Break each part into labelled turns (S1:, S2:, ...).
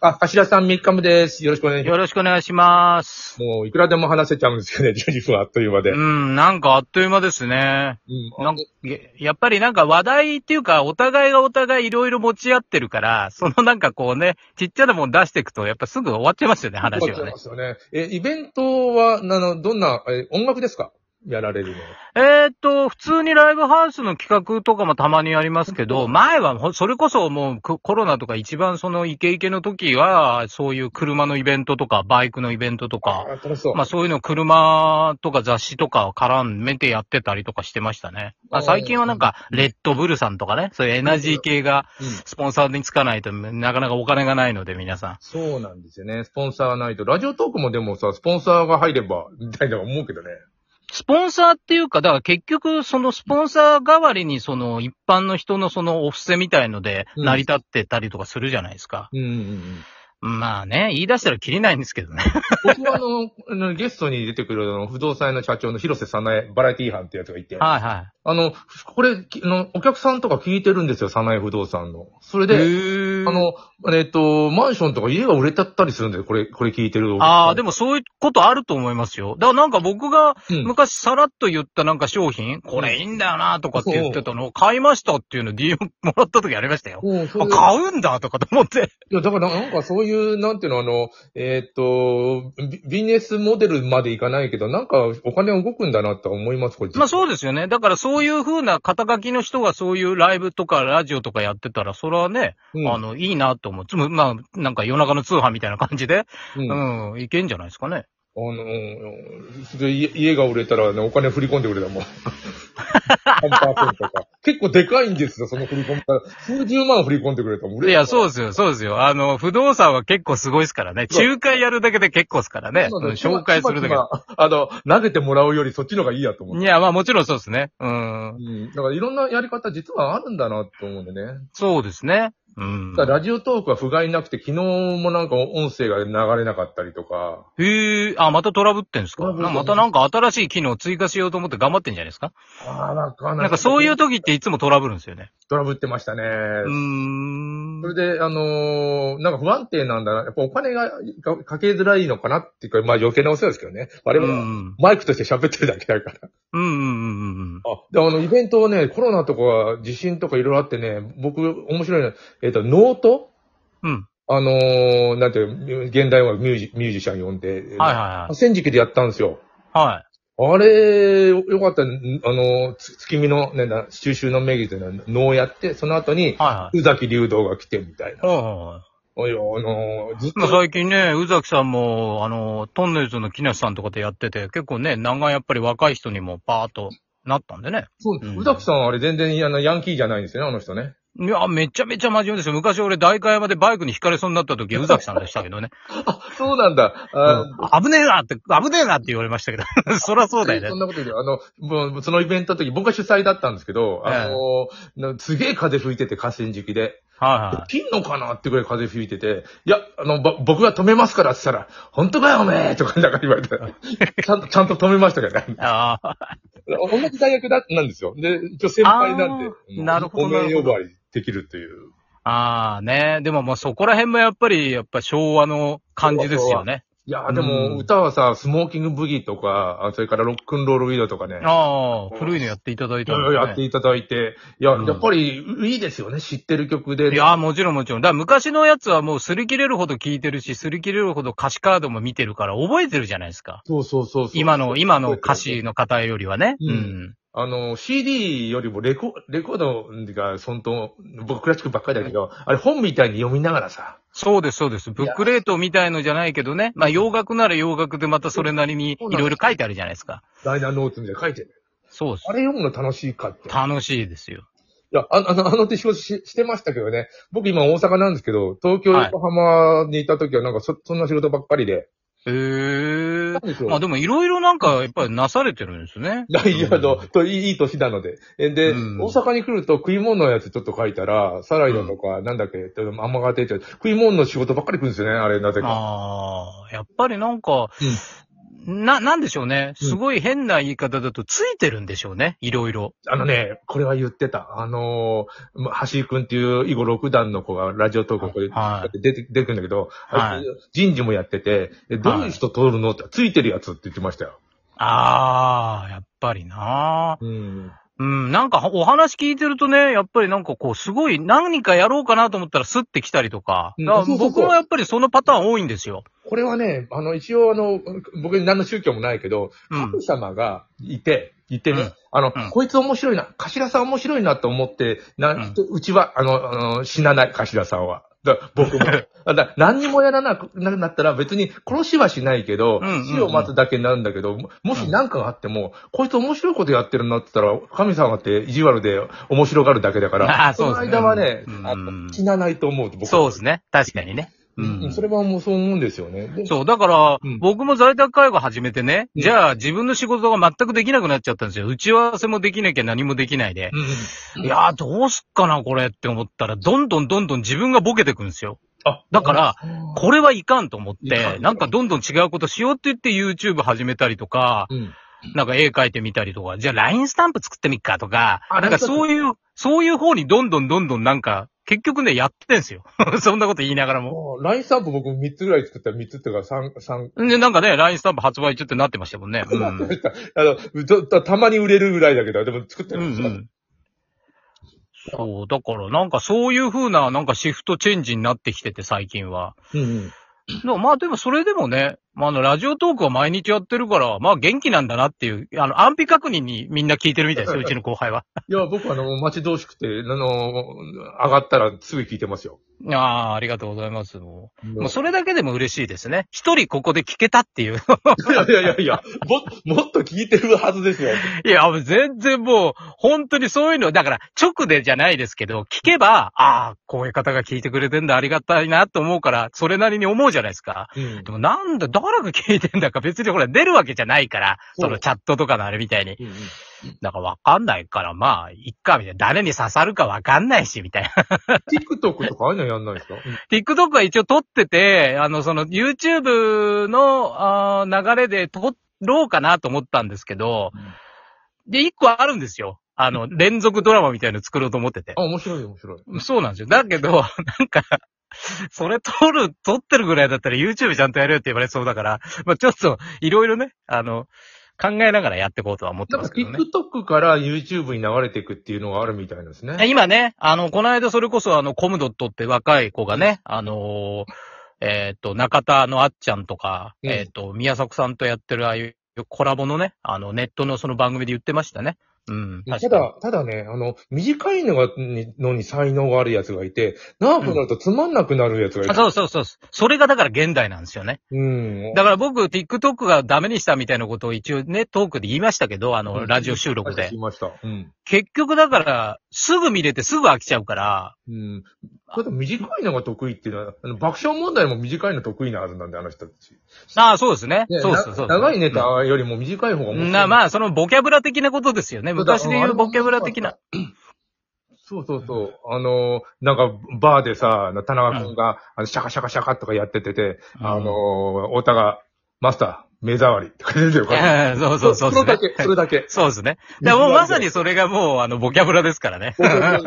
S1: あ、頭さん三日目です。よろしくお願いしま
S2: よろしくお願いします。
S1: す。もう、いくらでも話せちゃうんですよね、12分あ っという間で。
S2: う
S1: うん。
S2: ん、なんかあっという間ですね。なんか、ややっぱりなんか話題っていうか、お互いがお互いいろいろ持ち合ってるから、そのなんかこうね、ちっちゃなもん出していくと、やっぱすぐ終わっちゃいますよね、
S1: 話
S2: 話
S1: し
S2: はね
S1: ま。すよね。え、イベントは、あの、どんな、え、音楽ですかやられるの。
S2: えーっと、普通にライブハウスの企画とかもたまにやりますけど、前はほ、それこそもうココロナとか一番そのイケイケの時は、そういう車のイベントとか、バイクのイベントとか、
S1: あ、楽しそう。
S2: まあそういうの車とか雑誌とかを絡めてやってたりとかしてましたね。まあ最近はなんか、レッドブルさんとかね、そういうエナジー系が
S1: うん
S2: スポンサーにつかないとなかなかお金がないので皆さ
S1: そうなんですよね。スポンサーがないと。ラジオトークもでもさ、スポンサーが入れば、みたいな思うけどね。
S2: ん。スポンサーっていうか、だから結局そのスポンサー代わりにその一般の人のそのお布施みたいので
S1: うん
S2: 成り立ってたりとかするじゃないですか。
S1: うんうんうん。
S2: まあね、言い出したら切りないんですけどね。
S1: 僕はあの、あの ゲストに出てくるあの不動産屋の社長の広瀬さなえバラエティー班ってやつがいて、あ
S2: はいは
S1: の、これ、きあの、お客さんとか聞いてるんですよ、さなえ不動産の。それ
S2: い。へ
S1: で、
S2: ー
S1: あの、えっと、マンションとか家が売れちゃったりするんですよ、これ、これ聞いてるお客さん。
S2: ああ、でもそういうことあると思いますよ。だからなんか僕が
S1: うん、
S2: 昔さらっと言ったなんか商品、これいいんだよなとかって言ってたのを買いましたっていうの DM もらった時ありましたよ。
S1: うん、そうい
S2: あ
S1: う
S2: 買うんだとかと思って。
S1: いや、だからなんかそういう、なんていうの、あの、えっと、ビビジネスモデルまでいかないけど、なんかお金動くんだなとは思います、これ。
S2: まあそう
S1: で
S2: ですよね。だからそういう風な肩書きの人がそういうライブとかラジオとかやってたら、それはね、
S1: す。
S2: あの、いいなと思う。つむ、まあ、なんか夜中の通販みたいな感じで、
S1: うん
S2: う
S1: うん
S2: ん、いけんじゃないですかね。
S1: あのー、で家家が売れたらね、お金振り込んでくれたもん。3%とか。結構でかいんですよ、その振り込みから。数十万振り込んでくれたもん。
S2: いや、そう
S1: う
S2: ですよ、そうですよ。あの、不動産は結構すごいですからね。仲介やるだけで結構ですからね。
S1: な
S2: うん
S1: だよ
S2: ん紹介するだけで。
S1: 今今あの、投げてもらうよりそっちの方がいいやと思っ
S2: い
S1: て。
S2: や、まあもちろんそうですね。うん
S1: う。ん。だからいろんなやり方実はあるんだなと思うんでね。
S2: そうですね。うん。
S1: だからラジオトークは不甲斐なくて、昨日もなんか音声が流れなかったりとか。
S2: へえ、あ、またトラブってんです
S1: ト
S2: か
S1: ラブって
S2: な
S1: ます
S2: またなんか新しい機能を追加しようと思って頑張ってんじゃないですか
S1: ああ、なんか
S2: なんかそういう時っていつもトラブるんですよね。
S1: トラブってましたね。
S2: うーん
S1: そ。れで、あのーなんか不安定なんだな。やっぱお金がかかけづらいのかなっていうか、まあ余計なお世話ですけどね。我
S2: うんう
S1: 々は
S2: ん
S1: マイクとして喋ってるだけだから。
S2: うんうんうん。
S1: あで、あの、イベントをね、コロナとか地震とかいろいろあってね、僕、面白いのは、えっ、と、ノート
S2: うん。
S1: あのーなんていう、現代音楽ミュージミュージシャン呼んで、
S2: はいはいはい。
S1: 戦時期でやったんですよ。
S2: は
S1: あれ、よよかった。んあのー、つ月見の、ね、な収集の名義というのは、能をやって、その後に
S2: い。、はいはい。
S1: 宇崎竜道が来てみたいな。
S2: はいは
S1: おいよ、あのーずっ
S2: いまあ
S1: と。
S2: 最近ね、宇崎さんも、あの、トンネルズの木梨さんとかでやってて、結構ね、長いやっぱり若い人にもパーっとなったんでね。
S1: そう、
S2: うん
S1: 宇崎さんはあれ全然あのヤンキーじゃないんですよね、あの人 ね。
S2: いや、めちゃめちゃ真面目ですよ。昔俺、大会山でバイクに惹かれそうになった時、宇崎さんでしたけどね。
S1: そうなんだ。あー
S2: うん危ねえなって、危ねえなって言われましたけど。 そらそうだよ
S1: ん
S2: ね。
S1: なこと言うよ。あの、もうそのイベントの時、僕が主催だったんですけど、あのーなすげえ風吹いてて、河川敷で。
S2: はいは
S1: 切んのかなってぐらい風吹いてて、いや、あの、ば僕が止めますからって言ったら、本当かよ、おめえとかなんか言われて、 ちゃんと、ちゃんと止めましたけどね。
S2: い。ああ、
S1: 同じ大学だなんですよ。で、一応先輩なん
S2: あ
S1: で、
S2: ーなるほど
S1: お名呼ばわりできるという。
S2: ああね。でももうそこら辺もやっぱり、やっぱ昭和の感じですよね。
S1: いやーでも、
S2: うん
S1: 歌はさ、スモーキングブギーとか、あそれからロックンロールウィードとかね、
S2: ああ、古いのやっていただい
S1: い
S2: た
S1: ろい
S2: ん
S1: ろ
S2: だ
S1: やって
S2: ね。
S1: いただいて、いや、
S2: うん
S1: やっぱりいいですよね、知ってる曲で。
S2: いや、もちろんもちろん。だから昔のやつはもう擦り切れるほど聞いてるし、擦り切れるほど歌詞カードも見てるから覚えてるじゃないですか。
S1: そうそうそうそう。
S2: 今の、今の歌詞の方よりはね。
S1: うん
S2: うん。
S1: あの、CD よりもレコ、レコードが、そんと、僕クラシックばっかりだけど、あれ本みたいに読みながらさ、
S2: そうです、そうです。ブックレートみたいのじゃないけどね。まあ洋楽なら洋楽でまたそれなりにいろいろ書いてあるじゃないですか。
S1: ダイナーノーツみたいに書いてる。
S2: そうです
S1: あ。れ読むの楽しいかって。い
S2: 楽しいですよ。
S1: や、ああの、あの手仕事ししてましたけどね。僕今大阪なんですけど、東京、
S2: はい
S1: 横浜にいた時はなんかそ、そんな仕事ばっかりで。
S2: へえ
S1: なん。でしょう
S2: まあでもいろいろなんかやっぱりなされてるんですね。
S1: いや、いや、あの、といいいい年なので。えで、
S2: うん
S1: 大阪に来ると食い物のやつちょっと書いたら、サライだとか、なんだっけ、アマガテちゃ食い物の仕事ばっかり来るんですよね、あれ、なぜか。
S2: ああ、やっぱりなんか、な、なんでしょうね。すごい変な言い方だとついてるんでしょうね。いろいろ。
S1: あのね、これは言ってた。あのー、ま橋井くんっていう囲碁六段の子がラジオ投稿で
S2: は
S1: 出て、出てくるんだけど、
S2: はい
S1: あいつ人事もやってて、でどういう人通るのって、ついてるやつって言ってましたよ。
S2: ああ、やっぱりな
S1: うん。
S2: うん、なんかお話聞いてるとね、やっぱりなんかこう、すごい何かやろうかなと思ったらスッて来たりとか。
S1: うん
S2: だから
S1: そうそうそう
S2: 僕もやっぱりそのパターン多いんですよ。
S1: これはね、あの、一応あの、僕に何の宗教もないけど、
S2: うん。
S1: 神様がいて、いてね、
S2: うん
S1: あの、
S2: うん
S1: こいつ面白いな、頭さん面白いなと思って、な、
S2: うん
S1: うちは、あの、あの死なない、頭さんは。だ僕 も。だから何にもやらなくななったら別に殺しはしないけど、
S2: うんうんうん
S1: 死を待つだけになるんだけど、ももし何かがあっても、こいつ面白いことやってるなって言ったら、神様って意地悪で面白がるだけだから、
S2: あーそうですね
S1: の間はね、
S2: うん
S1: あの死なないと思うと僕は
S2: そうですね。確かにね。う
S1: うん
S2: ん。
S1: それはもうそう思うんですよね。で
S2: そう、だから、
S1: うん
S2: 僕も在宅介護始めてね、
S1: うん
S2: じゃあ自分の仕事が全くできなくなっちゃったんですよ。打ち合わせもできなきゃ何もできないで
S1: う。んうんうん
S2: いやー、どうすっかな、これって思ったら、どんどんどんどん自分がボケてくんですよ。
S1: あ
S2: だから、これはいかんと思っ
S1: いか
S2: て、
S1: ん
S2: なんかどんどん違うことしようって言って YouTube 始めたりとか、
S1: うん
S2: なんか絵描いてみたりとか、じゃあ LINE スタンプ作ってみっかとか、
S1: あ
S2: なんかそういう、そういう方にどんどんどんどんなんか、結局ね、やってんすよ。 そんなこと言いながらも。
S1: もう、ラインスタンプ僕3つぐらい作ったら3つっていうか3、3、
S2: で、なんかね、LINE スタンプ発売中ってなってましたもんね。う ん。うん
S1: あの、ちょっとたまに売れるぐらいだけど、でも作って
S2: う
S1: るんですよ。
S2: ん。そう、だからなんかそういう風な、なんかシフトチェンジになってきてて、最近は。
S1: うん
S2: でもまあでもそれでもね、まああの、ラジオトークは毎日やってるから、まあ元気なんだなっていう、あの、安否確認にみんな聞いてるみたいですよ、うちの後輩は。
S1: いや、僕あの、待ち遠しくて、あの、上がったらすぐ聞いてますよ。
S2: ああ、ありがとうございます。もうもう
S1: い
S2: それだけでも嬉しいですね。一人ここで聞けたっていう。
S1: やいやいやいや、も、もっと聞いてるはずですよ。
S2: いや、もう全然もう、本当にそういうの、だから直でじゃないですけど、聞けば、ああ、こういう方が聞いてくれてんだ、ありがたいなと思うから、それなりに思うじゃないですか。
S1: うん
S2: でもなんだ、誰が聞いてんだか別にほら出るわけじゃないから、
S1: そう
S2: そのチャットとかのあれみたいに。
S1: うん
S2: だからわかんないから、まあ、いっか、みたいな。誰に刺さるかわかんないし、みたいな。
S1: TikTok とかああいうのやんないですか
S2: TikTok は一応撮ってて、あの、その YouTube の、あー流れで撮ろうかなと思ったんですけど、で、一個あるんですよ。あの、連続ドラマみたいなの作ろうと思ってて
S1: あ、。面白い面白い。
S2: そうなんですよ。だけど、 なんか、それ撮る、撮ってるぐらいだったら YouTube ちゃんとやれよって言われそうだから、まあちょっと、いろいろね、あの、考えながらやっていこうとは思って
S1: なんか
S2: ますけどね。
S1: TikTok から YouTube に流れていくっていうのがあるみたいなんですね。
S2: 今ね、あの、この間それこそあの、コムドットって若い子がね、あのーえっ、と、中田のあっちゃんとか、
S1: うん
S2: えっ、と、宮迫さんとやってるああいうコラボのね、あの、ネットのその番組で言ってましたね。うん。確か
S1: た
S2: に
S1: だ、ただね、あの、短いのが、にのに才能があるやつがいて、長くなるとつまんなくなるやつがい
S2: あ
S1: て。
S2: そうそうそう。それがだから現代なんですよね。
S1: うん。
S2: だから僕、TikTok がダメにしたみたいなことを一応ね、トークで言いましたけど、あ
S1: う
S2: の、
S1: ん
S2: ラジオ収録
S1: はい
S2: で
S1: 聞き。ました。うん。
S2: 結局だから、すぐ見れてすぐ飽きちゃうから、
S1: うん。ただ短いのが得意っていうのは、あの爆笑問題も短いの得意なはずなんで、あの人たち。
S2: ああ、そうですね。
S1: ね
S2: そうです、
S1: な
S2: そうです。
S1: 長いネタよりも短い方が
S2: うん
S1: 面白い。
S2: な、まあ、そのボキャブラ的なことですよね。
S1: そうだ
S2: 昔で言うボキャブラ的な。。
S1: そうそうそう。あの、なんか、バーでさ、あの田中君が、あの、シャカシャカシャカとかやっててて、あ
S2: うん
S1: の、太田が、マスター、目障りとか出てる
S2: い
S1: から。
S2: や そうそうそう
S1: それ
S2: で
S1: だ
S2: すね。
S1: け、それだけ。
S2: そうですね。だからもうまさにそれがもう、あの、ボキャブラですからね。
S1: そうそうそうあれは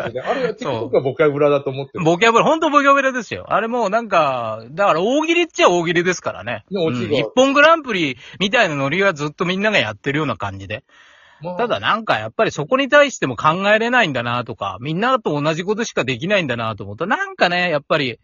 S1: TikTok はボキャブラだと思ってる。
S2: ボキャブラ、ほんとボキャブラですよ。あれもうなんか、だから大喜利っちゃ大喜利ですからね。
S1: ねオチ
S2: うん
S1: が
S2: 一本グランプリみたいなノリはずっとみんながやってるような感じで。
S1: まあ
S2: ただなんかやっぱりそこに対しても考えれないんだなとか、みんなと同じことしかできないんだなと思うと、なんかね、やっぱり、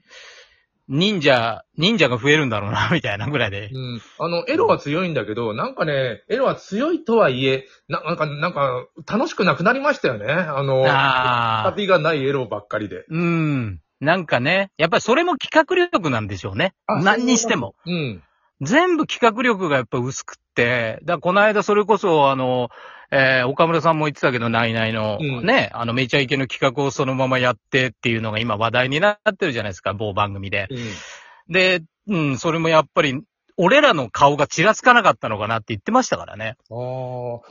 S2: 忍者、忍者が増えるんだろうな、み たいなぐらいで。
S1: うん。あの、エロは強いんだけど、なんかね、エロは強いとはいえ、ななんか、なんか、楽しくなくなりましたよね。あの、
S2: ああ。
S1: 旅がないエロばっかりで。
S2: うん。なんかね、やっぱりそれも企画力なんでしょうね。
S1: あ
S2: 何にしても。
S1: うん。
S2: 全部企画力がやっぱ薄くって、だからこの間それこそあの、えー岡村さんも言ってたけど、ナイナイの、
S1: うん
S2: ね、あの、めちゃイケの企画をそのままやってっていうのが今話題になってるじゃないですか、某番組で。
S1: うん。
S2: で、うん、それもやっぱり、俺らの顔がちらつかなかったのかなって言ってましたからね。
S1: ああ、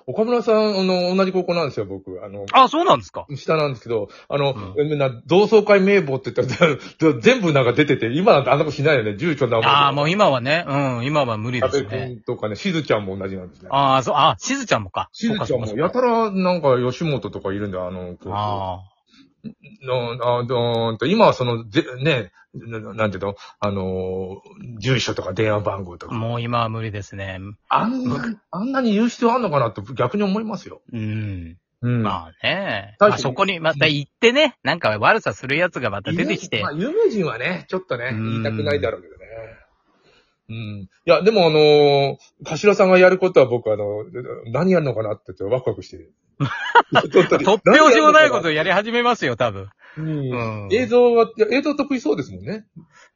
S1: 岡村さん、あの、同じ高校なんですよ、僕。あの、
S2: あ、そうなんですか
S1: 下なんですけど、あの、な同窓会名簿って言ったら、 全部なんか出てて、今なんてあんなことしないよね。住所名簿。
S2: ああ、もう今はね、うん、今は無理で
S1: 安
S2: す
S1: 倍
S2: ね。
S1: 君とかね、しずちゃんも同じなんですね。
S2: ああ、そう、あ、しずちゃんもか。
S1: しずちゃんも、
S2: そうかそうか
S1: やたら、なんか、吉本とかいるんだよ、あの、こう
S2: あ
S1: の、あのーと今はその、ぜね、ななんていうのあのー、住所とか電話番号と
S2: あ、
S1: か。
S2: もう今は無理ですね。
S1: あんな、あんなに言う必要あんのかなって逆に思いますよ。
S2: うん。
S1: うん
S2: まあね。
S1: 確かに
S2: まあそこにまた行ってね、なんか悪さするやつがまた出てきて
S1: まあ、。有名人はね、ちょっとね、
S2: うん
S1: 言いたくないだろうけどね。うん。いや、でもあのー、頭さんがやることは僕あの、何やるのかなってちょっとワクワク してる。
S2: 突拍子もないことをやり始めますよ、多分。
S1: うん
S2: うん
S1: 映像は、いや映像得意そうですもんね。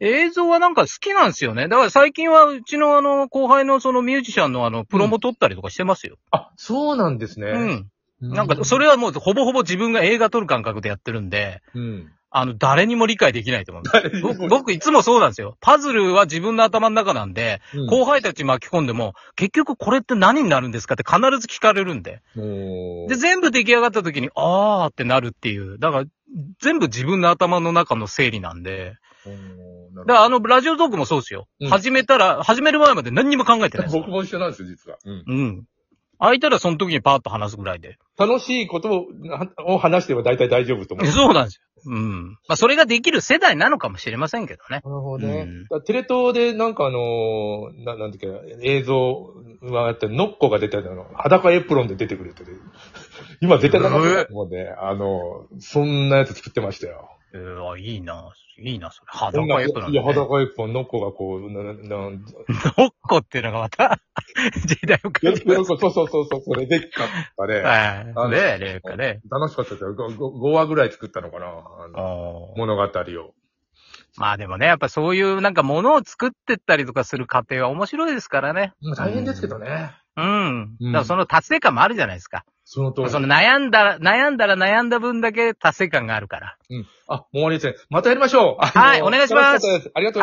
S2: 映像はなんか好きなんですよね。だから最近はうちのあの、後輩のそのミュージシャンのあの、プロも撮ったりとかしてますよ。
S1: あ、そうなんです
S2: う
S1: ね。
S2: ん。なんか、そ
S1: れ、
S2: れはもうほぼほぼ自分が映画撮る感覚でやってるんで、
S1: うん。
S2: あの、誰にも理解できないと思う。僕、僕いつもそうなんですよ。パズルは自分の頭の中なんで、後輩たち巻き込んでも、結局これって何になるんですかって必ず聞かれるんで。
S1: うん。
S2: で、全部出来上がった時に、あーってなるっていう。だから、全部自分の頭の中の整理なんで。だからあの、ラジオトークもそうですよ。
S1: うん
S2: 始めたら、始める前まで何にも考えてないですから
S1: 僕も一緒なんですよ、実は。うん
S2: うん。空いたらその時にパーッと話すぐらいで。
S1: 楽しいことをを話してれば大体大丈夫と思う。
S2: そうなんですよ。うん。まあ、それができる世代なのかもしれませんけどね。
S1: なるほど
S2: う
S1: ね
S2: ん。
S1: だからテレ東でなんかあのーな、なんていうか、映像はあって、ノッコが出てたの、裸エプロンで出てくれてて、今絶対なかったと思うんで、あのー、そんなやつ作ってましたよ。
S2: うわ、いいな、いいな、それ。
S1: 音楽
S2: 裸エプロン、
S1: い
S2: ね。
S1: や、裸エプロン、ノッコがこう、な、な、な、
S2: どっこっていうのがまた、時代を
S1: よ
S2: 感じ
S1: くよ
S2: ます。
S1: く、そうそうそうそう、それできたかね。
S2: は
S1: あの
S2: い。ねえ、レイカね。
S1: 楽しかったですよ。5, 話ぐらい作ったのかなあの
S2: おー
S1: 物語を。
S2: まあでもね、やっぱそういうなんかものを作ってったりとかする過程は面白いですからね。
S1: 大変ですけどね。
S2: うん。
S1: うん
S2: だからその達成感もあるじゃないですか。
S1: その通り。
S2: その悩んだら、悩んだら悩んだ分だけ達成感があるから。
S1: うん。あ、もう終わりですね。またやりましょう。
S2: は
S1: あ
S2: い
S1: の
S2: お願いしま
S1: 楽
S2: す
S1: かったですありがとうございます。